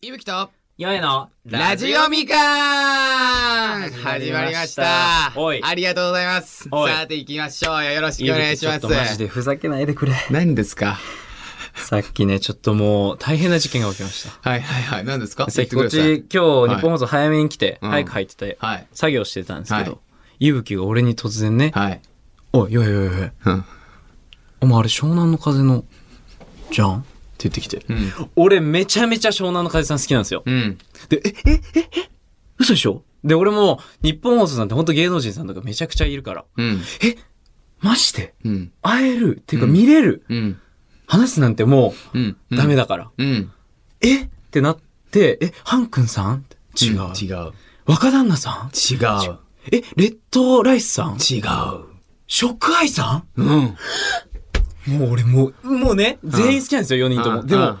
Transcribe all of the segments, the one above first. いぶきとよいのラジオみかん始始ままりりままししたたおいありがとうございますおいさて行きましょうよよろしくお願いしまちょっとマジすでふざけないでくれ。何ですか さっきね、ちょっともう大変な事件が起きました。 はいはいはい何ですかさっきこっち言てくだ今日日本放送早めに来て、うん早く入ってて、さいはい作業してたんですけはど、いぶきが俺に突然ね、はいおい、よいよいよい、うんお前あれ湘南の風の、じゃんって言ってきて。俺めちゃめちゃ湘南の風さん好きなんですよ。うんで、え、え、え、え、嘘でしょで、俺も日本放送さんって本当芸能人さんとかめちゃくちゃいるから、うんマジでうん会えるっていうか見れる、うん話すなんてもうんうダメだだから。うんえってなって、え、ハンくんさん違う。違う若旦那さん違うえ、レッドライスさん違う食愛さうんんもう俺もう、もうね、全員好きなんですよ、4人とうも。んでうもん、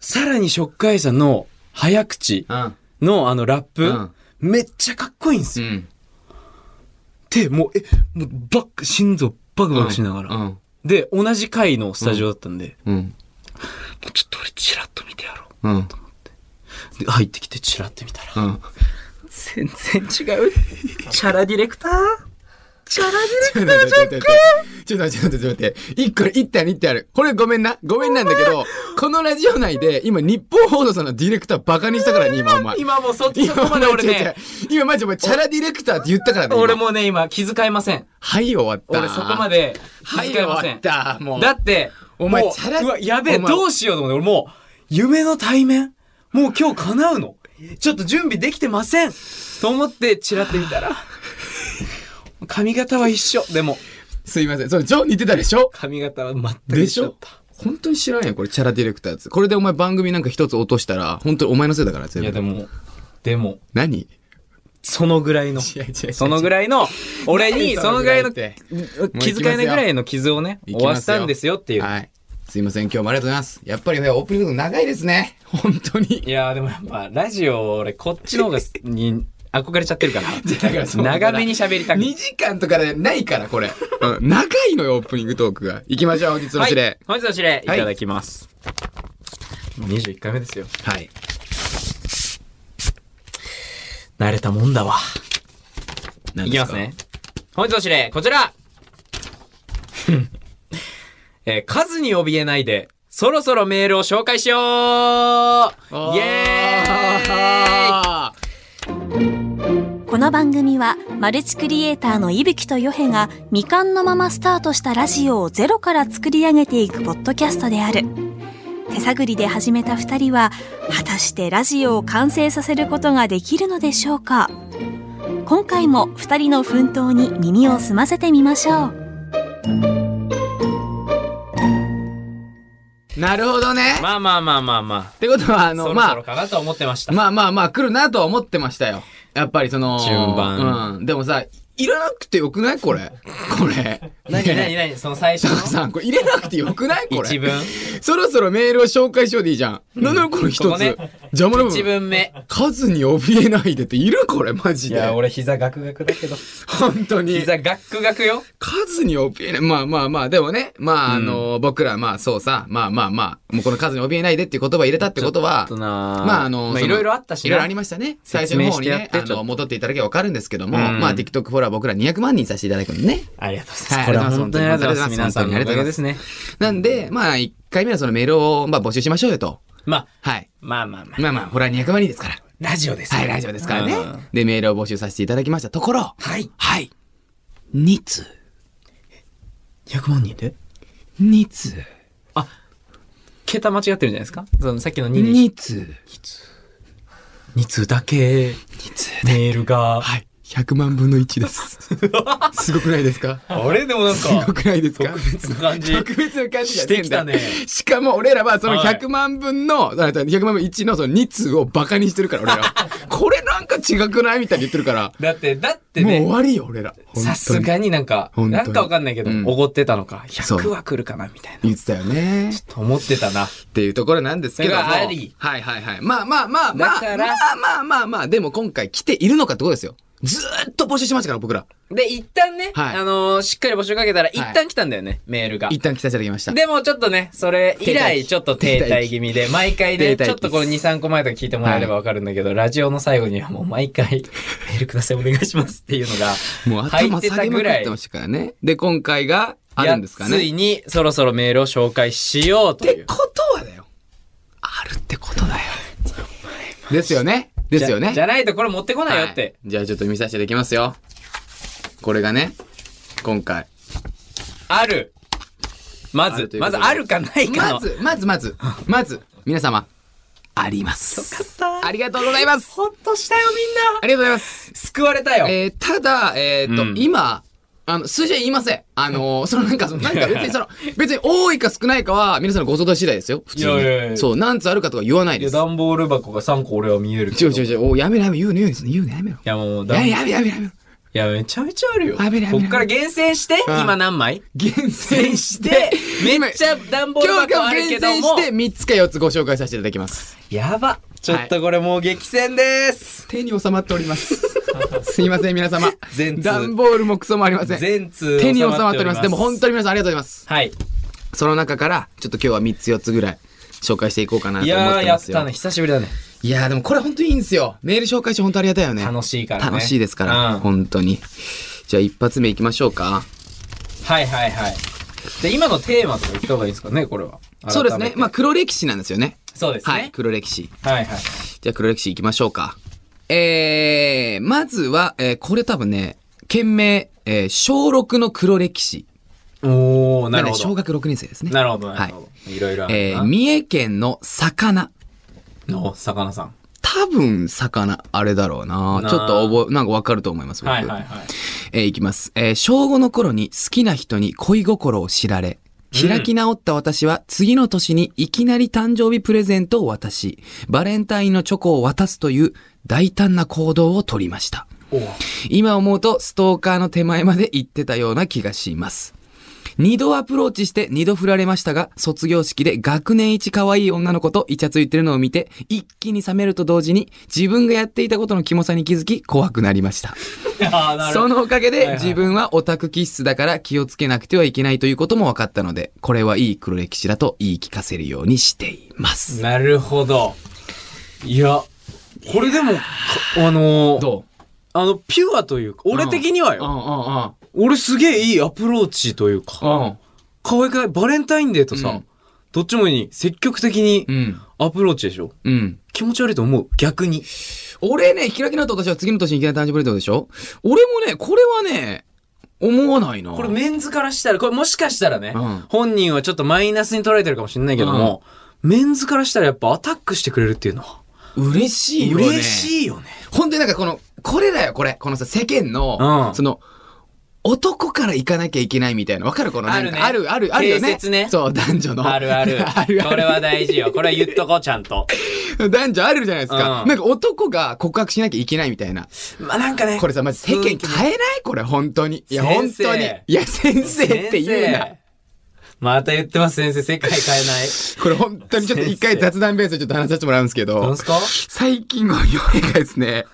さらに食愛さんの早口うんのあのラッうプん、めっちゃかっこいいんですうよ。んで、もう、え、もうバック、心臓バクバクしながうら。んで、同じ回のスタジオだったんで、うんもうちょっと俺チラッと見てやろうんう。で、入ってきてチラッと見たら。うん全然違う。チャラディレクターチャラディレクタちょーっと待ってちょっと待ってちょっと待ってちょっと待って一個一点一点あるこれごめんなごめんなんだけどこのラジオ内で今日本放送さんのディレクターバカにしたからね今お前今もうそっちそこまで俺違う違うね、今マジお前チャラディレクターって言ったからね今俺もうね、今気遣いません。はい終わった俺そこまで気はい遣終いわませっん。たもうだって、お前もうチャラうわやべえ、お前どうしようと思って、俺もう、夢の対面もう今日叶うのちょっと準備できてませんと思って、チラってみたら、髪型は一緒。でも、すいませんそうジョー似てたでしょ髪型は全くで一し緒だっょ本当に知らんやんこれチャラディレクターってこれでお前番組なんか一つ落としたら本当にお前のせいだからた。全い部やでも、でも、何そのぐらいの。違う違う違うそのぐらいの、俺に、何そそののぐぐららいいっの、て気遣いないぐらいの傷をね、いきます負よわしたんですよっていう。はい。すいません、今日もありがとうございます。やっぱりね、オープニング長いですね。本当い に。やーでもやっぱラジオ俺こっちの方がに憧れちゃってる からだからそう長めに喋りたく2時間とかでないから、これ。うん、長いのよ、オープニングトークが。行きましょう、本日のはい指令。本日の指令いはいただきます、21回目ですよはい。慣れたもんだわ何いできかますね。本日の指令こちら えー数に怯えないでそろそろメールを紹介しようイおーエーイこの番組はマルチクリエイターの伊吹とヨヘが未完のままスタートしたラジオをゼロから作り上げていくポッドキャストである手探りで始めた2人は果たしてラジオを完成させることができるのでしょうか今回も2人の奮闘に耳を澄ませてみましょうなるほどね。まあまあまあまあまってことは、ああの、そろまそあろ、かなと思ってました、まあまあまあ来るなとは思ってましたよ。やっぱりその、順番うん。でもさ、いらなくてよくないこれ。これ。何 ねえ何何その最初佐の野さん、これ入れなくてよくないこれ。一文そろそろメールを紹介しようでいいじゃん。なんだろこの一つ。ここね邪魔な部一分。文目数に怯えないでっているこれマジいで。や、俺膝ガクガクだけど。本当に。膝ガクガクよ。数に怯えない。まあまあまあ、でもね、まああの、僕らまあそうさ、まあまあまあ、もうこの数に怯えないでっていう言葉入れたってことは、ままああの、まあそいろいろあったしな。いろいろありましたね。最初の方に説明ねし、てあやってちょの、っと戻っていただけばわかるんですけども、うんまあ TikTok フォロワー僕ら200万人させていただくのね。ありがとうござはいいます。これは本当にありがとうござい本ます。皆当さにんありのがおとうござかいげまですすね。なんで、まあ1回目はそのメールを、まあ募集しましょうよと。まあ、はい。まあまあまあ。まあまあ、ほら200万人ですから。ラジオです。はい、ラジオですからねうん。で、メールを募集させていただきましたところ、はい。はい。2通。 100万人で2通。桁間違ってるんじゃないですかそのさっきの2に。 2通。 2通だけ2通。メールが。はい。100万分の1です。 すごくないですかあれでもなんすごか、くないですか特別な感じ。特別な感じがしてきたね。しかも俺らはそのはい100万分の、あ100万分1のその2通をバカにしてるから俺ら は。これなんか違くないみたいに言ってるから。だって、だってもう終ね、わりよ俺ら。本当にさすがになんか、本当になんかわかんないけどうん、おごってたのか、そう100は来るかな、みたいな。言ってたよね。と思ってたな。っていうところなんですけども。それはありはいはいはい。まあまあまあまあ。だからまあまあまあまあ。でも今回来ているのかってことですよ。ずーっと募集してましたから、僕ら。で、一旦ね、はいあのーしっかり募集かけたら、い一旦来たんだよね、メールが。一旦来させていただきました。でもちょっとね、それ以停滞来期ちょっと停滞気味で、毎回停ね、滞期ちょっとこの2、3個前とか聞いてもらえればわかるんだけど、ラジオの最後にはもう毎回、メールくださいお願いしますっていうのが、もう頭下げまくってましたからね。で、今回があるんですかいやつね。いにそろそろメールを紹介しようという。ことはだよ。あるってことだよ。ですよね。ですよね。じゃじゃないとこれ持ってこないよって。はいじゃあちょっと見させていただきますよ。これがね、今回。ある。まあるずと、いうこまとずであるかないかの。まず、まず、まず、まず、皆様、あります。よかったありがとうございます。ほっとしたよみんな。ありがとうございます。救われたよ。えー、ただ、えっと、うん今、あの、数字は言いません。あのー、そのなんか、そのなんか別にその、 別に多いか少ないかは、皆さんのご相談次第ですよ。普通に。いやいやいやそう、何つあるかとか言わないいでやす。段ボール箱が3個俺は見えるけちど。ょちょちょ、おやめろやめろ、言うね、言うね、言うね、やめろ。いやもう段やめろやめろやめろやめろ。いや、めちゃめちゃあるよ。あべれあべれこっから厳選して、うん今何枚厳選して、めっちゃ段ボール今日箱今あ日るけ厳ど選しも。て3つか4つご紹介させていただきます。やば。ちょっとこれもう激戦です。手に収まっており ます。すいません、皆様。全通段ボールもクソもありません。全通手に収まっております。でも本に。当に皆さんありがとうございます。はい。その中から、ちょっと今日は3つ4つぐらい紹介していこうかなとい思やっー、てやまっすよ。たね。久しぶりだね。いやーでもこれ本当にいいんですよ。メール紹介して本当ありがたいよね。楽しいからね。楽しいですから、うん本当に。じゃあ一発目いきましょうか。はいはいはい。で、今のテーマとか言った方がいいですかね、これは。そうですね改。めてまあ黒歴史なんですよね。そうですはい、ね。黒歴史。はいはい。じゃあ黒歴史いきましょうか。えー、まずは、えーこれ多分ね、件名、えー小6の黒歴史。おー、なるだからほね小ど。学6年生ですね。なるほど、なるほど。いろいろあえるーな。三重県の魚。お魚さん。多分、魚、あれだろうな。なあちょっと覚え、なんかわかると思います、僕。はいはいはい。えーいきます。えー小5の頃に好きな人に恋心を知られ、うん開き直った私は次の年にいきなり誕生日プレゼントを渡し、バレンタインのチョコを渡すという大胆な行動をとりました。お 今思うとストーカーの手前まで行ってたような気がします。二度アプローチして二度振られましたが、卒業式で学年一可愛い女の子とイチャついてるのを見て、一気に冷めると同時に自分がやっていたことのキモさに気づき怖くなりました。あーなるそほど。のおかげはいではい自分はオタク気質だから気をつけなくてはいけないということも分かったので、これはいい黒歴史だと言い聞かせるようにしています。なるほど。いや、これでも、かあのーどうあの、ピュアというか、俺的にはうんよ、う俺すげえいいアプローチというか、んうん。可愛くないバレンタインデーとさ、うんどっちもに積極的にうん。アプローチでしょうん。気持ち悪いと思う逆に。俺ね、開き直った私は次の年にいきなり誕生日プレゼントでしょ俺もね、これはね、思わないな。これメンズからしたら、これもしかしたらね、うん本人はちょっとマイナスに捉えてるかもしれないけども、メンズからしたらやっぱアタックしてくれるっていうのは、嬉しいよね。嬉しいよね。本当になんかこの、これだよ、これ。このさ、世間の、うんその、男から行かなきゃいけないみたいな。わかるこのなんかあるねある、ある、あるよね。定説ねそう、男女の。あるある。 あるあこれはる。大事よ。これは言っとこう、ちゃんと。男女あるじゃないですか。うんなんか男が告白しなきゃいけないみたいな。まあなんかね。これさ、まじ世間変えないこれ、本当に。いや、本先生当に。いや、先生って言うな。先生。また言ってます、先生。世界変えない。これ本当にちょっと一回先生雑談ベースでちょっと話させてもらうんですけどどうす、か最近のヨネがですね、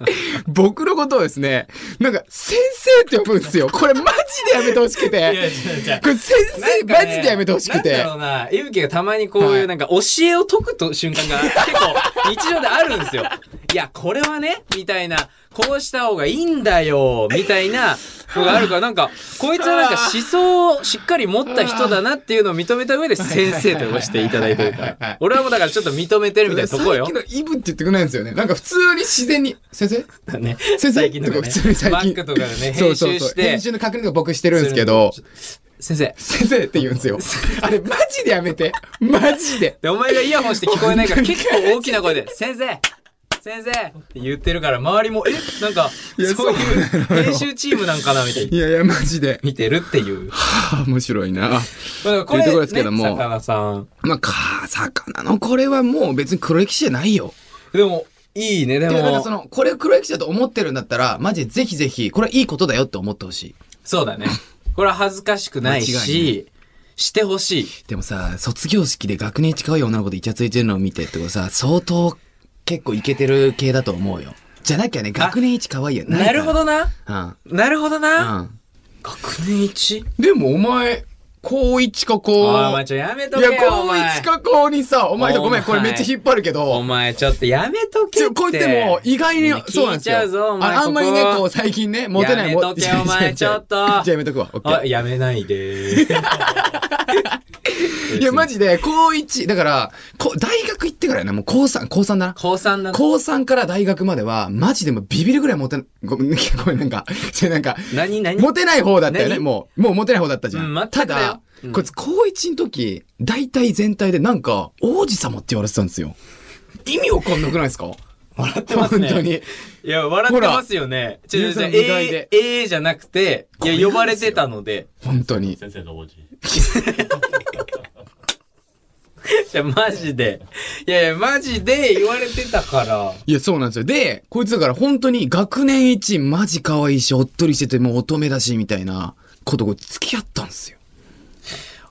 僕のことをですね、なんか先生って呼ぶんですよ。これマジでやめてほしくいやて。違う違うこれ先な生、んかマねジでやめてほしくなんてだ。ろうな、ゆうきがたまにこうはいいうなんか教えを解くと瞬間が結構日常であるんですよ。いや、これはね、みたいな、こうした方がいいんだよ、みたいなのがあるから、なんか、こいつはなんか思想をしっかり持った人だなっていうのを認めた上で先生と呼ばせていただいてるかはいら。俺はもうだからちょっと認めてるみたいなとこよさっ。きのイブって言ってくれないんですよね。なんか普通に自然に、先生ね先生最近ととかかね普通に最近。バックとかでね、編そう集そうそうして。編集の確認とか僕してるんですけど、先生。先生って言うんです よ。あれマジでやめて。マジで。で、お前がイヤホンして聞こえないから結構大きな声で、先生先生って言ってるから、周りも、えなんか、いやそういうそうなのよ編集チームなんかなみたいいにやいや、マジで。見てるっていう。はあ面白いな。まあ、というところですけどもね魚さん。まあ、か、魚のこれはもう別に黒歴史じゃないよ。でも、いいね、でで、なんかも。そその、これを黒歴史だと思ってるんだったら、マジでぜひぜひ、これはいいことだよって思ってほしい。うだね。これは恥ずかしくない間違いし、してほしい。でもさ、卒業式で学年近い女の子でイチャついてるのを見てってことさ、相当結構イケてる系だと思うよ。じゃなきゃね、学年一可愛いよ。いなからるほ。どな。うん。なるほどな。うん。学年一でもお前、高一かおい、高。お前ちょ、やめといけやよ、、お高前一。か高にさ、お前とごめん、おこ前れめっちゃ引っ張るけおど、前ちょっとやめとけちっょて。こう言っても、意外に聞い、そうなんですちゃうぞおよ。前ああんまりねこ、ここう最近ね、モテないやめとけもお前ちょっと じゃあやめとくわ、オッケーあ、。やめな いでー。いや、マジで、高1、だから、こ大学行ってからやな、もう高3、高3だな。高三なの。高3から大学までは、マジでもうビビるぐらいモテな、ご めん、ごめん、なんか、それなんか、何何モテない方だったよね、何もう。もうモテない方だったじゃん。うん全たくだよだ、うんこいつ高1の時、大体全体でなんか、王子様って言われてたんですよ。意味わかんなくないですか笑ってますね。本当に。いや、笑ってますよね。ちょ、皆ちさょ、んえ意外ーで、えーじゃなくて、いこれなんですや、よ呼ばれてたので。本当に。先生の王子。いや、マジで。いやいや、マジで言われてたから。いや、そうなんですよ。で、こいつだから本当に学年一マジ可愛いし、おっとりしてて、もう乙女だし、みたいなことを付き合ったんですよ。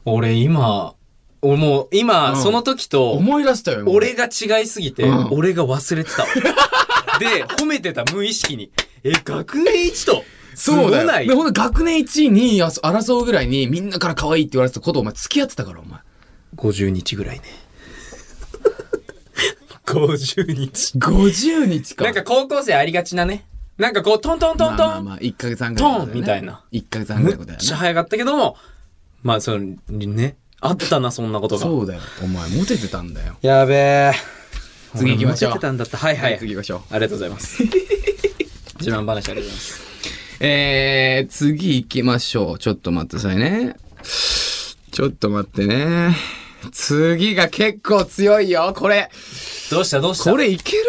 俺今、俺もうう今、んその時と、思い出したよ、今俺が違いすぎて、うん俺が忘れて たわ。で、褒めてた、無意識に。え、学年一と、そうだすごないよ。で、ほんと学年1位に争うぐらいにみんなから可愛いって言われてたことをお前付き合ってたから、お前。 50日ぐらい ね。50日。 50日か。なんか高校生ありがちなね。なんかこう、トントントントン。まあまあまあ、1ヶ月半ぐらいのことだよね、トンみたいな1ヶ月半ぐむらいのことっだちゃよね。早かったけども、まあ、その、ね、あったな、そんなことが。そうだよ。お前、モテてたんだよ。やべえ。次行きましょう俺モテてたんだった。はいはい。あ次り行きましょう。がとうござい ます。自慢話ありがとうございます。えー、次行きましょう。ちょっと待ってくださいね。ちょっと待ってね。次が結構強いよ、これ。どうしたどうしたこれいける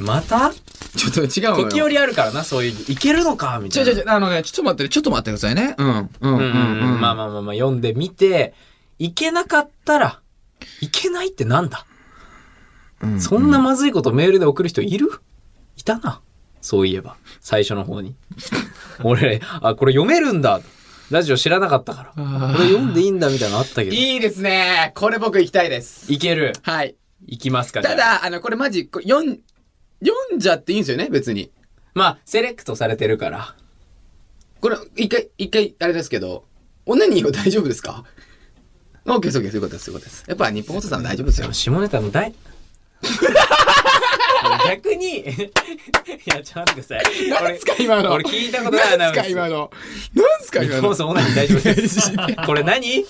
またちょっと違うのよ。時折あるからな、そういう、いけるのかみちたいょな。ちょちょ、あのね、ちょっと待ってね、ちょっと待ってくださいね。うん。うん。ううんうんうん。まああ。まあまあまあ、読んでみて、いけなかったら、いけないってなんだうんそんなまずいことメールで送る人いるいたな。そういえば。最初の方 に。俺、あ、これ読めるんだ。ラジオ知らなかったから。あーこれ読んでいいんだみたいなのあったけど。いいいですね。これ僕行きたいです。ける。はい。いきますか。じゃたあ、だ、あの、これマジ、こ読ん、読んじゃっていいんですよね、別に。まあ、セレクトされてるから。これ、一回、一回、あれですけど、オナニーは大丈夫ですか ?OK です、OK です、そういうことです、そういうことです。やっぱ日本放送さんは大丈夫ですよ。下ネタ の大。逆に、 いや、ちょっと待ってください。何ですか今の俺聞いたことない何なですか今の何ですか 日今本のそんなに大丈夫 です。これ何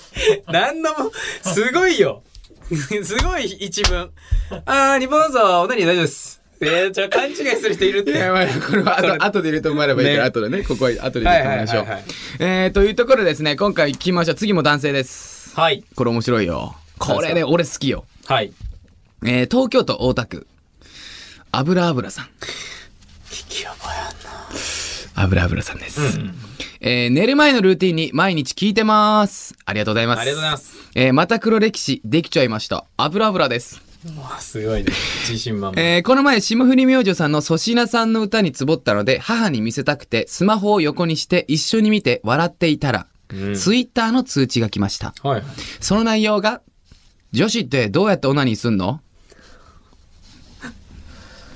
何のも、すごいよ。 すごい一文。あー、日本像、おなに大丈夫です。えー、じゃ勘違いする人いるっいて。や、まあ、これはそれ後、後で入れてもらえればいいから、ね後でね、ここは後で入れてもらいましょうはいはいはいはい。えー、というところでですね、今回行きましょう。次も男性です。はい。これ面白いよ。これ何でね、す俺好きよ。はい。えー、東京都大田区。油油さん。聞き覚えあん油油さんです。うんうんえー、寝る前のルーティンに毎日聞いてます。ありがとうございます。ありがとうございます。えー、また黒歴史できちゃいました。油油です。わあすごいね。自信満々。えーこの前、霜降り明星さんの粗品さんの歌につぼったので、母に見せたくて、スマホを横にして一緒に見て笑っていたら、うんツイッターの通知が来ました。はい。その内容が、女子ってどうやってオナニーすんの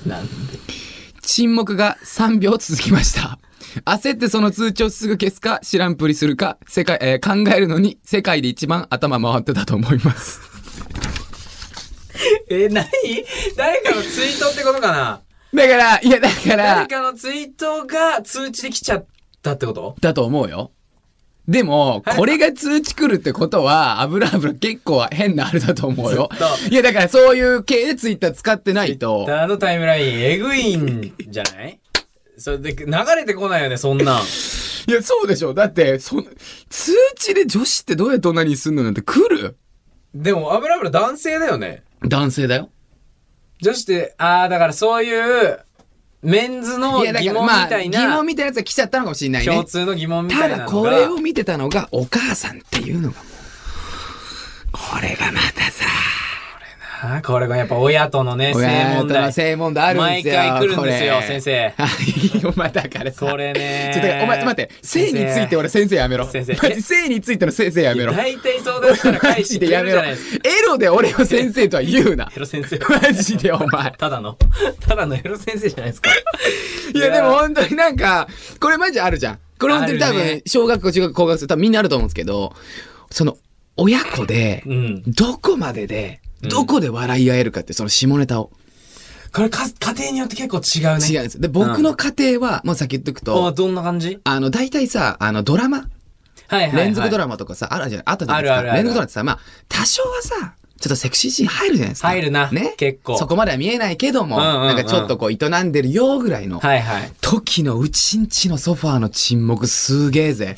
なんで沈黙が3秒続きました。焦ってその通知をすぐ消すか、知らんぷりするか、世界、えー考えるのに世界で一番頭回ってたと思います。えー、何誰かのツイートってことかなだから、いや、だから誰、かのツイートが通知できちゃったってことだと思うよ。でも、これが通知来るってことは、油油結構変なあれだと思うよずっ。いや、だからそういう系でツイッター使ってないと。あのタイムライン、えぐいんじゃないそれで、流れてこないよね、そんなん。いや、そうでしょ。だって、その、通知で女子ってどうやって何すんのなんて来るでも、油油男性だよね。男性だよ。女子って、ああ、だからそういう、メンズのいや、だ疑から問まあ、みたい疑な、問みたいなやつが来ちゃったのかもしれないね共。通の疑問みたたいなだ、のが。これを見てたのが、お母さんっていうのがもう、これがまたさ、はあ、これがやっぱ親とのね、性親問との題。性問題あるんで毎すよ。回来るんですよ、先生。生。はい お前だからさ。これね。ちょっとお前、待って、性について俺先生やめろ。先生マジ性についての先生やめろ。大体相談したらマ返ジしでてややめめろ。ろ。エヘロで俺を先生とは言うな。ロ先生。マジで お前。ただの、ただのヘロ先生じゃないですか。いやでも本当になんか、これマジあるじゃん。これ本当に多ある分ね、小学校、中学校、高学生、多分みんなあると思うんですけど、その、親子で、うん。どこまでで、うんどこで笑い合えるかって、その下ネタを。これか家庭によって結構違うね。違うんです。で、僕の家庭は、もう先言っとくあと、どんな感じあの、大体さ、あの、ドラマ、はいはい、はい。連続ドララマとかさ、あるじゃん、あったじゃないですあか。るあるある連続ドラマってさ、まあ、多少はさ、ちょっとセクシーシーン入るじゃないですか。入るなね。結構そこまでは見えないけども、うんうんうんなんかちょっとこう、営んでるよぐらいの。はいはい。時のうちんちのソファーの沈黙すげえぜ。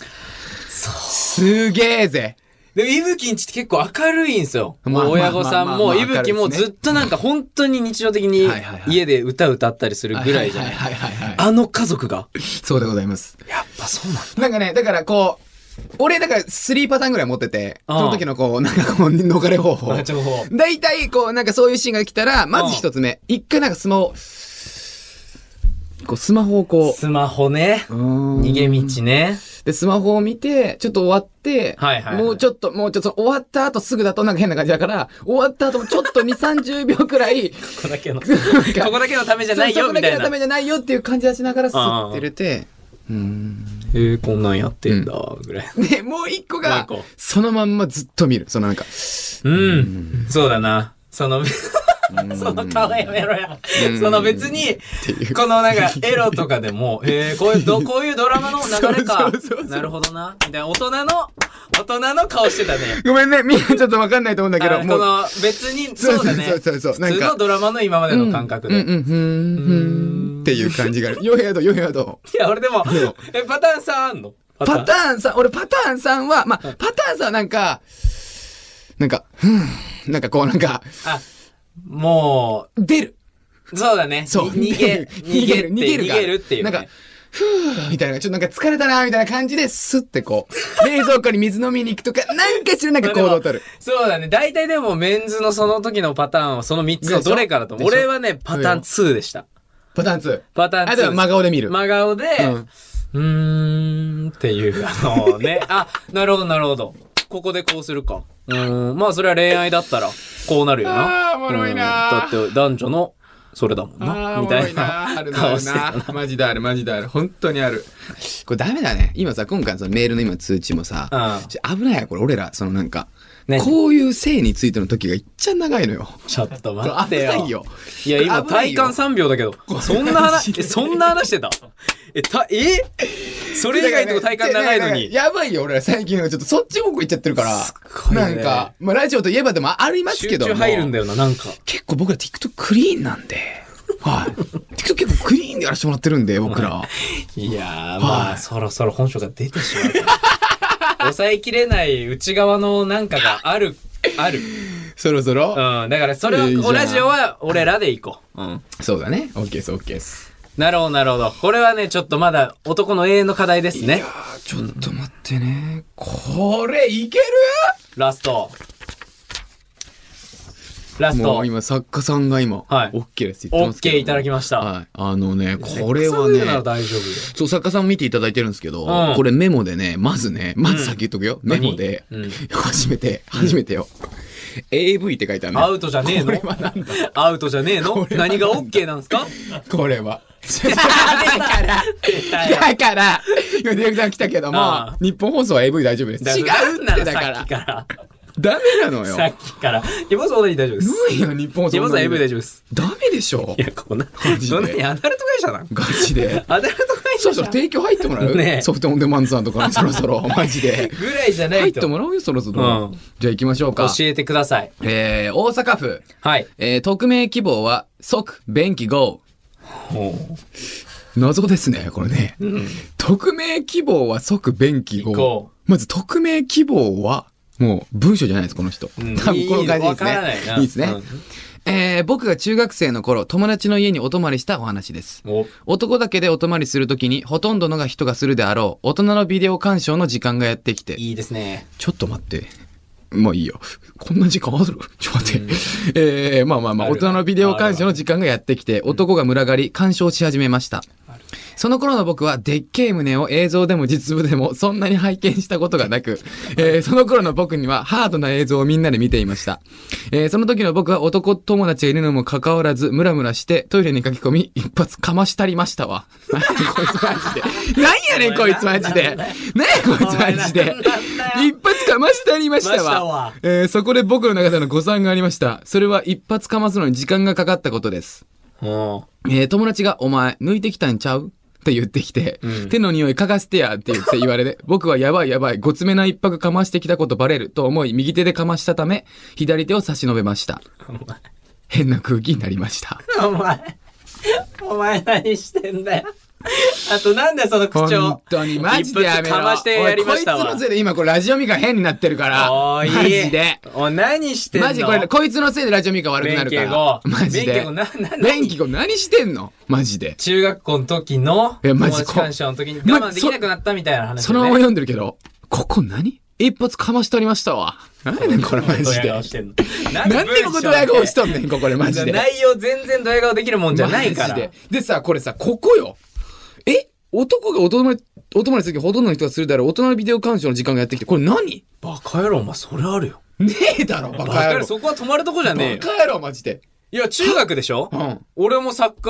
すげえぜ。でも、いぶきんちって結構明るいんですよ。まあ親御さんまも、あまあまあまあいぶきも明るいですねずっとなんか本当に日常的にはいはいはい家で歌歌ったりするぐらいじゃない。はいはいはいはいはい。あの家族が。そうでございます。やっぱそうなんだ。なんかね、だからこう、俺だから3パターンぐらい持ってて、うんその時のこう、なんかこう、逃れ方法。情報。 大体こう、なんかそういうシーンが来たら、まず一つ目、一回なんかスマホ、こう、スマホをこスマホね。う、うーん逃げ道ね。で、スマホを見て、ちょっと終わって、はいはいはいもうちょっと、もうちょっと、終わった後すぐだとなんか変な感じだから、終わった後もちょっと2、30秒 くらい、ここだけの。こなんかこだけのためじゃないそうよ、そこだみたけのいたな。めじゃないよっていう感じ出しながら吸って入れて、うーん。えー、こんなんやってんだ、ぐらい。で、もう一個がもう一個、そのまんまずっと見る。そのなんか、うん。そうだな。その、 その顔やめろや。その別に、っていう。このなんか、エロとかでも、えー、こういうど、こういうドラマの流れかそうそうそうそう。なるほどな。みたいな、大人の、大人の顔してたね。ごめんね、みんなちょっとわかんないと思うんだけど、あこもう。の、別に、そうだね。そうそうそうそうなん普か通のドラマの今までの感覚うん、で。うん、ふん、ふん、っていう感じがある。ヨヘアド、ヨヘアド。いや、俺でも、え、パターン3あんのパパターンさん、俺パターンさんは、まあ、パターンさんはなんか、なんか、ふん、なんかこうなんか、あ、も出る。う、そうだね。そう。に逃げ、 逃げる、逃げる。逃げるっていう、なね。んか、ふーみたいな、ちょっとなんか疲れたな、みたいな感じで、スッてこう、冷蔵庫に水飲みに行くとか、なんかしらなんか行動を取る。そうだね。大体でもメンズのその時のパターンはその3つのどれかだと思う。でしょ俺はね、パターン2でした。パターン2。パターン2あとは真顔で見る。真顔で、ううんーんっていう、あのね、あ、なるほどなるほど。ここでこうするか。うーん、まあそれは恋愛だったら、こうなるよな。あーおもろいなうんだって男女の、それだもんあな。ーみたいおもろいなあなるなあ顔るしてたな。なマジであるマジである本当にあるこれダメだね今さ今回そのメールの今通知もさうんちょ危ないやこれ俺らそのなんかねこういう性についての時がいっちゃ長いのよちょっとこれ待って危よ。ないよいや、今、これ体危ないよ感3秒だけど、そんな話、えそんな話してたえ、た、えそれ以外のとこ体感長いのに。やばいよ俺ら最近なんかちょっとそっち方向行っちゃってるからすごいねなんかまあラジオといえばでもありますけ集ども中入るんだよな、なんか。結構僕ら TikTok クリーンなんではい TikTok 結構クリーンでやらせてもらってるんで僕らいやー、はまいあ、そろそろ本性が出てしまうから。 抑えきれない内側のなんかがある、ある。そろそろうん。だから、それいを、いじゃんおラジオは俺らで行こう。うん。そうだね OK です OK ですなるほど、なるほど。これはね、ちょっとまだ男の永遠の課題ですいねや。ーちょっと待ってね。これいけラスト。ラるスもトう。今、作家さんが今、はいオッケーですって言ってオますッけケど。ーいただきました。はい。あのね、これはそういうならね、大丈夫よ。そう、作家さん見ていただいてるんですけど、うんこれメモでね、まずね、まず先言っとくよ。メモで、何うん初めて、初めてよ。AV って書いてあるね。アウトじゃねえのこれはなんだアウトじゃねえのこれは何がオッケーなんすかこれは。だから、今ディレクター来たけどもあ、日本放送は AV 大丈夫です。違うってだからさっ。きから。ダメなのよ。さっきから。イボさんは大丈夫です。ないよ、日本放送。イボさん AV 大丈夫です。ダメでしょい。や、ここな。ジでそんなにアダルト会社なんガチ で。アダルト会そ社ろそじろゃん提供入ってもらう、ねえソフトオンデマンドさんとか にそろそろ、マジで。ぐらいじゃな入いっと。ても教らおうよ、そろそろ。うんじゃあ行きましょうか。えてください。えー、大阪府。はい。えー、匿名希望は、即、便器 GO。謎ですね、これね。うん。匿名希望は即便器 GO こ。まず匿名希望は、もう文章じゃないです、この人。うん多分この感じですいいわからないね。ないいですね。えー僕が中学生の頃、友達の家にお泊まりしたお話です。お男だけでお泊まりするときにほとんどのが人がするであろう大人のビデオ鑑賞の時間がやってきていいですね。ちょっと待ってまあいいよ。こんな時間あるちょっと待って。えー、まあまあまあ、あ大る人のビデオ鑑賞の時間がやってきて、男が群がり、鑑賞し始めました。その頃の僕は、でっけえ胸を映像でも実部でも、そんなに拝見したことがなく、えーその頃の僕には、ハードな映像をみんなで見ていました。えーその時の僕は男友達がいるのもかかわらず、ムラムラして、トイレに駆け込み、一発かましたりましたわ。 何やねんこいつマジで。何やねんこいつマジで。何やこいつマジで。一発かましたりましたわ。ましたわえーそこで僕の中での誤算がありました。それは一発かますのに時間がかかったことです。もえー友達が、お前、抜いてきたんちゃうって言ってきて、うん手の匂い嗅がせてやって言って言われて、 僕はやばいやばい、ごつめな一泊かましてきたことバレると思い、右手でかましたため、左手を差し伸べました。変な空気になりました。うお前お前何してんだよあとなんだよその 口本調当に、マジでやめろ。一発かましてやりましたわおいこいつのせいで今これラジオミカ変になってるから、おマいジで。おい何してんのマジこれ、こいつのせいでラジオミカ悪くなるから。弁慶号マジで。弁慶号なな何弁慶号 何してんのマジで。中学校の時のいやマ友ジ達感謝の時に我慢できなくなったみたいな話そのまま読んでるけど、ここ何一発かましてありましたわ。何やねんこれマジで。ななんでここドヤ顔しとんねん、ここでマジで。内容全然ドヤ顔できるもんじゃないからマジで。でさ、これさ、ここよ。え男がお泊まり、お泊まりする時ほとんどの人がするだろう。大人のビデオ鑑賞の時間がやってきて、これ何バカ野郎お前それあるよねえだろ、ババカカ野野郎郎。そこは止まるとこじゃねえバよカ野郎、マジで。いや中学でしょうん。俺もサッカ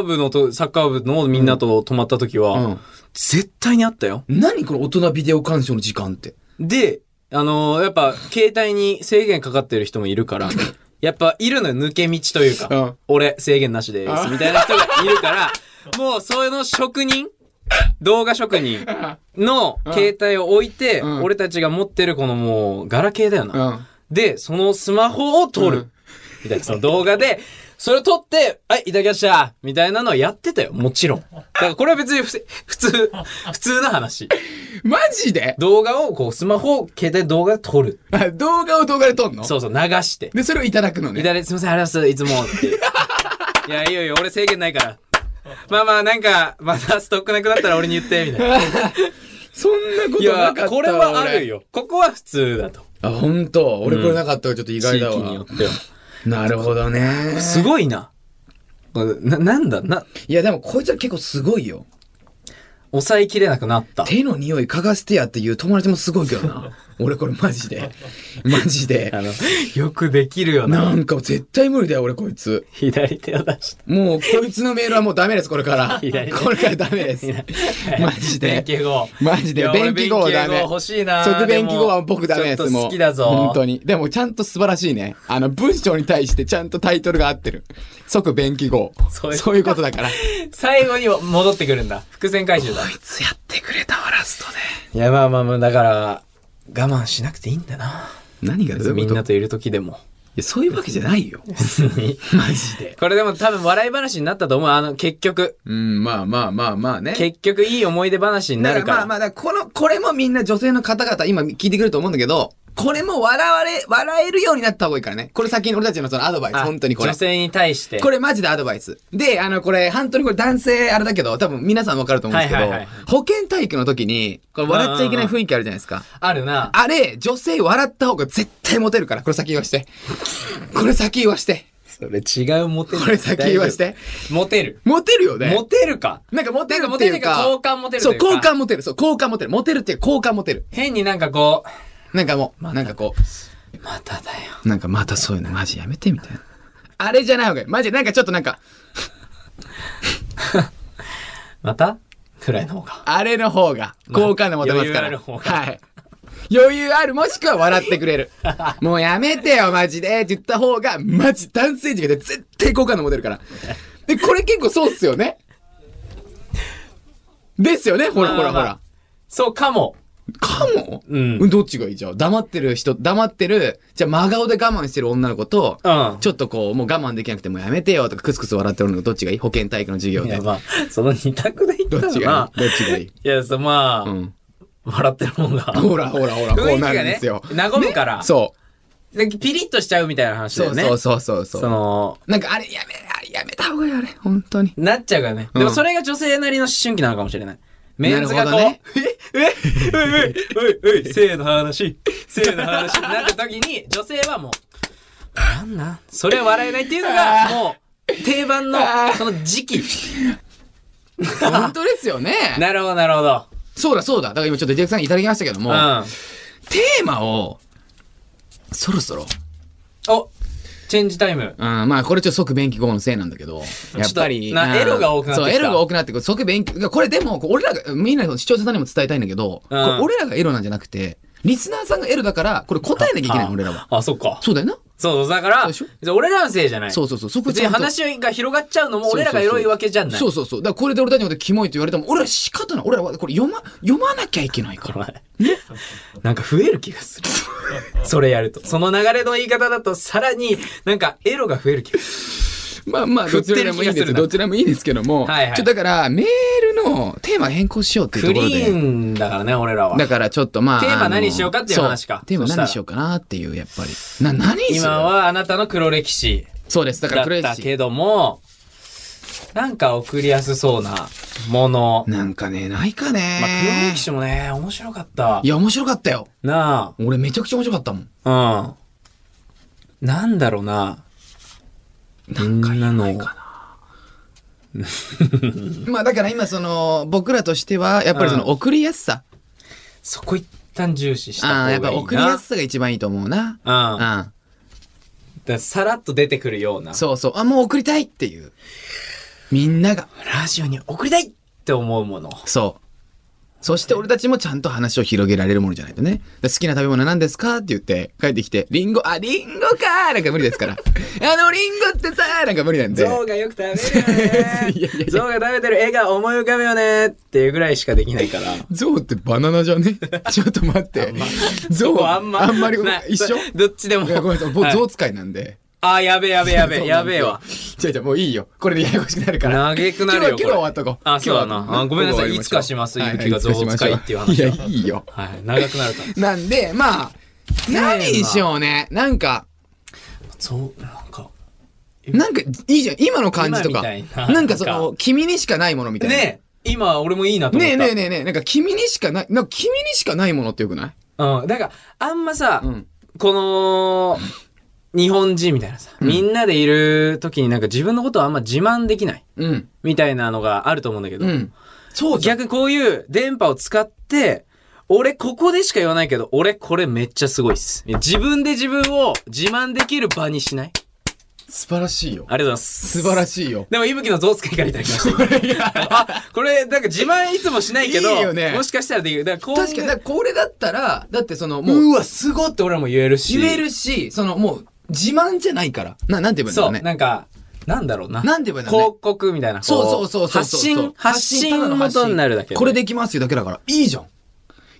ー部のと、サッカー部のみんなと泊まった時は、うん。絶対にあったよ。何この大人ビデオ鑑賞の時間って。で、あのーやっぱ、携帯に制限かかってる人もいるから、やっぱ、いるのよ、抜け道というか、うん俺、制限なしであす、みたいな人がいるから、もう、その職人動画職人の携帯を置いて、うん俺たちが持ってるこのもう、ガラケーだよな。うん。で、そのスマホを撮る。うんみたいな、その動画で、それを撮って、はい、いただきましたみたいなのはやってたよ、もちろん。だからこれは別にふせ普通、普通な話。マジで 動画を、こう、スマホ、携帯動画で撮る。あ動画を動画で撮んのそうそう、流して。で、それをいただくのね。いただいてすみません、ありがとうございます、いつも。って。 いや、いいよいいよ、俺制限ないから。まあまあ、なんか、またストックなくなったら俺に言って、みたいな。そんなこ いとなかやったわ、これはあるよ。よ。ここは普通だと。あ、本当俺これなかったからちょっと意外地域だによわ。っては。なるほどね。すごいな。な、なんだ、な、いや、でもこいつは結構すごいよ。抑えきれなくなった。手の匂い嗅がせてやっていう友達もすごいけど な。俺これマジで。マジで。あの、よくできるよな。なんか絶対無理だよ、俺こいつ。左手を出 して。もう、こいつのメールはもうダメです、これから。こ左れからダメです。マジで弁。慶号。 マジいでや、俺便器号はダ弁慶メ。欲しいな。即便記号は僕ダメでちょす、っともう。好きだぞ。本当に。でもちゃんと素晴らしいね。あの、文章に対してちゃんとタイトルが合ってる。即便記号。そういうそういうことだ から。こ最後に戻ってくるんだ。伏線回収だ。いつやってくれたわ、ラストで。いや、まあまあまあ、だから、我慢しなくていいんだな。何がどういうみこんとないといる時でも。や、そういうわけじゃない よ。マジで。これでも多分笑い話になったと思う。あの、結局。うん、まあまあまあまあね。結局いい思い出話になるから。まあまあ、だからこの、これもみんな女性の方々、今聞いてくると思うんだけど、これも笑われ、笑えるようになった方がいいからね。これ先に俺たちのそのアドバイス、あ本当にこれ。女性に対して。これマジでアドバイス。で、あの、これ、本当にこれ男性、あれだけど、多分皆さんわかると思うんですけど、はいはいはい保健体育の時に、これ笑っちゃいけない雰囲気あるじゃないですか。あるな。あれ、女性笑った方が絶対モテるから、これ先言わして。これ先言わして。それ違うモテる。これ先言わして。モテる。モテるよモね。テるか。なんかモテるっていうか。なんかモテるってそう、いうか好感モテるとい好感モテる。そうかう、好感モテる。モテるっていうか好感モテる。変になんかこなんかもう、なんかこう、う、まただよ。なんかまたそういうのマジやめてみたいな。あれじゃない方がいい。マジで、なんかちょっとなんか、またくらいの方が。あれの方が、好感度持てますから。余裕ある方がはい。余裕ある、もしくは笑ってく れる。もうやめてよ、マジでって言った方が、マジ男性陣が絶対好感度持てるから。で、これ結構そうっすよね。ですよね、ほらほらほまあまらあ。そうかも。かも、うんどっちがいいじゃん。黙ってる人、黙ってる、じゃあ真顔で我慢してる女の子と、うんちょっとこう、もう我慢できなくてもうやめてよとか、クスクス笑ってるのどっちがいい保健体育の授業いでや、。まあ、その二択で言ったどらっちがないいどっちがいいいや、そう、まあ、うん。笑ってる方が。 ほらほらほら、こ雰う囲気ながるんねですよ。和むからねそう。 なんかピリッとしちゃうみたいな話だよね。そうそうそうそうそそう。の、なんかあれやめ、あれやめた方がいいあれ、本当に。なっちゃうからね。うんでもそれが女性なりの思春期なのかもしれない。メンズがこう、なる ええ ええええええ性の話、性の 話ってなった時に、女性はもう、なんなんそれは笑えないっていうのが、もう、定番の、その時期。本当ですよね。なるほど、なるほど。そうだそうだ。だから今ちょっとディレクターさんにいただきましたけどうも、ん。テーマを、そろそろ、お、チェンジタイム。うん、まあこれちょっと即便記号のせいなんだけど、やっぱり。ちょっとなうんエロが多くなってきたそう、エロが多くなってくる。即便記、これでも、こう俺らが、みんなの視聴者さんにも伝えたいんだけど、こうんれ俺らがエロなんじゃなくて、リスナーさんがエロだから、これ答えなきゃいけないあの、俺らは。あ、そっか。そうだよな。そうそう、だかそらうでしょ、俺らのせいじゃない。そうそうそう。そこ別ちにゃんと。話が広がっちゃうのも俺らがエロいわけじゃない。そうそうそう。だからこれで俺たちのことキモいと言われても、俺ら仕方ない。俺らはこれ読ま、読まなきゃいけないから。ね なんか増える気がす る。それやると。その流れの言い方だと、さらになんかエロが増える気がすまあまあ、振どっちてるら気もいがいんですするなどちらもいいんですけども、はいはいちょっとだから、メールのテーマ変更しようってる。いう とクころリで。ーンだからね、俺らはだ。からちょっとまあ。テーマあの何しようかっていう話かそテーマそしたら何しようかなっていう、やっぱり。な、何する今はあなたの黒歴史そうです。だかだらっクレイジたー。けども、なんか送りやすそうなもの。なんかね、ないかね。まあ、黒歴史もね、面白かったい。や、面白かったよ。な俺めちゃくちゃ面白かったもん。あ、うん。なんだろうな。なんかみいんならなのいかな。まあだから今その僕らとしてはやっぱりそのうん送りやすさ、そこ一旦重視した方ああがいやいっな。ぱ送りやすさが一番いいと思うな、うん。うだんか、らさらっと出てくるような。そうそうあもう送りたいっていうみんながラジオに送りたいって思うもの。そう。そして俺たちもちゃんと話を広げられるものじゃないとね。で好きな食べ物何ですかって言って帰ってきて、リンゴ、あ、リンゴかーなんか無理ですから。あのリンゴってさーなんか無理なんで。象がよく食べ るよね。象が食べてる絵が思い浮かぶよねっていうぐらいしかできないから。ゾウってバナナじゃねちょっと待って。ゾウ、あんま、あんまりな一緒どっちでもいや。ごめんなさい、僕はいゾウ使いなんで。あー、やべえやべえやべえ、やべえわ。違う違う、もういいよ。これでややこしくなるから。嘆くなる今日は今日よは終こわれっとこう。あそうだな今日はあごめんなさ今い日はいつかしますはゆきがゾウ使いっていう話いや、はいいよ。はい、長くなるから。なんで、まあ、何にしようね。なんか、そう、なんか。なんか、いいじゃん。今の感じとか。今みたいななんかそなんの、君にしかないものみたいな。ねえ、今俺もいいなと思っねえた。ねえねえねえ。なんか君にしかない、なんか君にしかないものってよくないうん。だから、あんまさ、うん。この、日本人みたいなさ、みんなでいる時になんか自分のことをあんま自慢できないうん。みたいなのがあると思うんだけど、うん。そうじゃん。逆にこういう電波を使って、俺ここでしか言わないけど、俺これめっちゃすごいっす。自分で自分を自慢できる場にしない素晴らしいよ。ありがとうございます。素晴らい。しいよ。でも、いぶきのゾウスケからいただきました。あ、 これ、なんか自慢いつもしないけど、いいよねもしかしたらできる。だからこう確かに、だからこれだったら、だってその、もう、うわ、すごって俺らも言えるし。言えるし、その、もう、自慢じゃないから。な、なんて言えばいいんだそろう、うね。なんか、なんだろうな。なんて言えばいいんだろうね。広告みたいな。そうそうそうそうそう。発信、発信ただの発元になるだけ。これ。できますよだけだから。いいじゃん。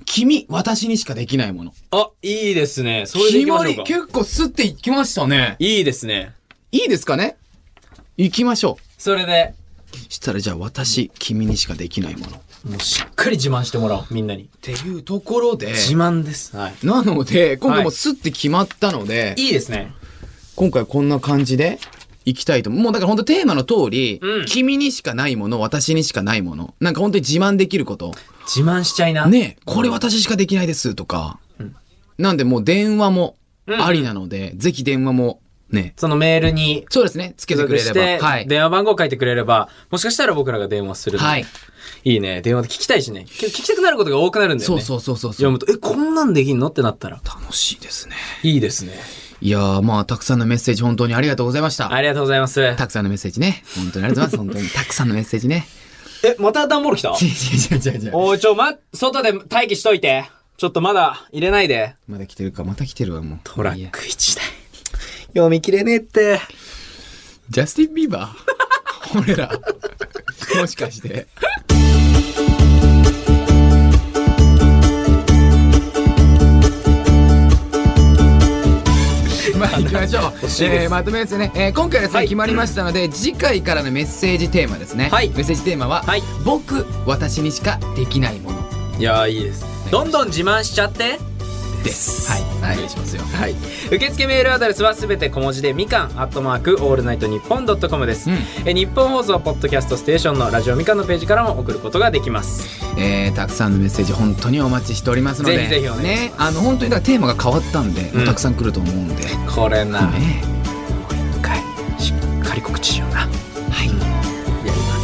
君、私にしかできないもの。あ、いいですね。それでいきましょう決まかり。結構すっていきましたね。いいですね。いいですかね行きましょそれで、う。したらじゃあ私、君にしかできないもの。っもうしっかり自慢してもらおう、みんなに。ていうところで、自慢です。はい。なので、今回もすって決まったので、いいですね。今回こんな感じで行きたいと思う。もうだから本当テーマの通り、うん君にしかないもの、私にしかないもの。なんか本当に自慢できること。自慢しちゃいな。ねえ、これ私しかできないですとか。うんなんでもう電話もうんありなので、ぜひ電話もね。そのメールに、そうですね。つけてくれ付れ属ば。はして、い。電話番号書いてくれれば、もしかしたら僕らが電話する。はい。。いいね。電話で聞きたいしね。けど聞きたくなることが多くなるんだよそうね。そうそうそうそ読う。むと、え、こんなんできんのってなったら。楽しいですね。いいですね。いやー、まあ、たくさんのメッセージ本当にありがとうございました。ありがとうございます。え、たくさんのメッセージね。本当にありがとうございます。本当に。たくさんのメッセージ ね。また段ボール来た違う違う違う違う違う。おい、ちょ、ま、外で待機しといて。ちょっとまだ入れないで。まだ来てるか、また来てるわ、もう。トラいッやク1台。読み切れねえって。ジャスティン・ビーバー 俺ら。もしか して。まあ行きましょう、しいですえーまとめですね、えー今回はですね、はい決まりましたので次回からのメッセージテーマですね、はいメッセージテーマは、はい僕私にしかできないものいやー、いいです。どんどん自慢しちゃって。でです。はい、お願いしますよ。はい、受付メールアドレスはすべて小文字でみかんアットマークオールナイトニッポンドットコムです。うんえ日本放送ポッドキャストステーションのラジオみかんのページからも送ることができます。えーたくさんのメッセージ本当にお待ちしておりますのでぜひぜひお願いしますね、あの本当にだからテーマが変わったんで、うんたくさん来ると思うんで、これな、もねう一回しっかり告知しような。はい、やります。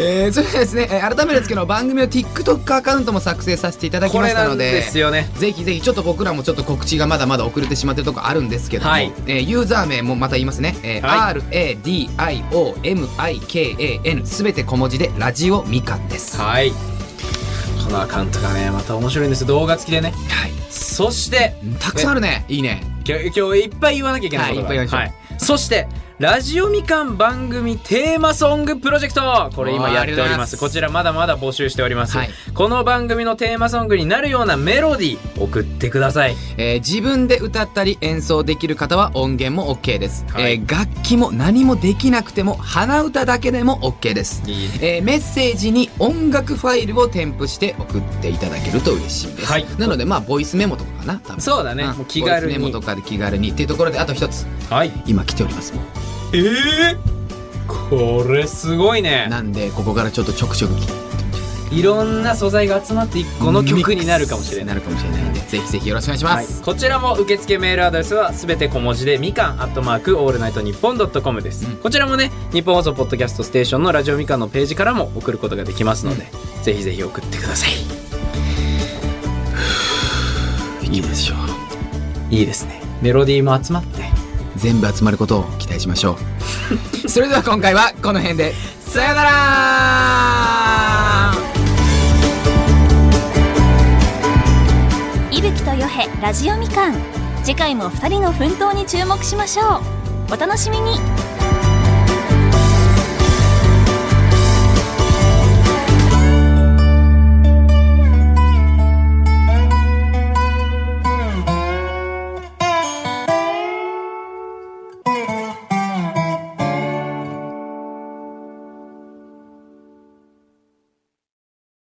えーそれではですねえー改めてですけど番組の TikTok アカウントも作成させていただきこまれしたなのんでですよね。ぜひぜひちょっと僕らもちょっと告知がまだまだ遅れてしまってるとこあるんですけども、はいえーユーザー名もまた言いますね、えーは RADIOMIKAN すべて小文字でラジオみかんです、はい。このアカウントがね、また面白いんですよ。動画付きでね。はいそして、たくさんあるねいいね今日今日いっぱい言わなきゃいけないことがはいいっぱい言わなはそしてラジオみかん番組テーマソングプロジェクトこれ今おーやっておりありがとうござまいすますこちらまだまだ募集しております、はいこの番組のテーマソングになるようなメロディー送ってくださいえー自分で歌ったり演奏できる方は音源も OK です、はえいー楽器も何もできなくても鼻歌だけでも OK ですいいねえーメッセージに音楽ファイルを添付して送っていただけると嬉しいです、はいなのでまあボイスメモとかかな多分そうだねんもう気軽ボイスメモにとかで気軽にっていうところであと一つはい今来ておりますもえー、これすごいねんなんでここからちょっとちょくちょくいろんな素材が集まって一個の曲になるかもしれなないるかもしれないんでぜひぜひよろしくお願いしまはいす、、こちらも受付メールアドレスはすべて小文字でみかんアットマークオールナイトニッポンドットコムです、うんこちらもね日本放送ポッドキャストステーションのラジオみかんのページからも送ることができますので、ぜひぜひ送ってくださいい、いでしょういいですねメロディーも集まって全部集まることを期待しましょ うそれでは今回はこの辺でさよなら伊吹とよへラジオみかん次回も2人の奮闘に注目しましょうお楽しみに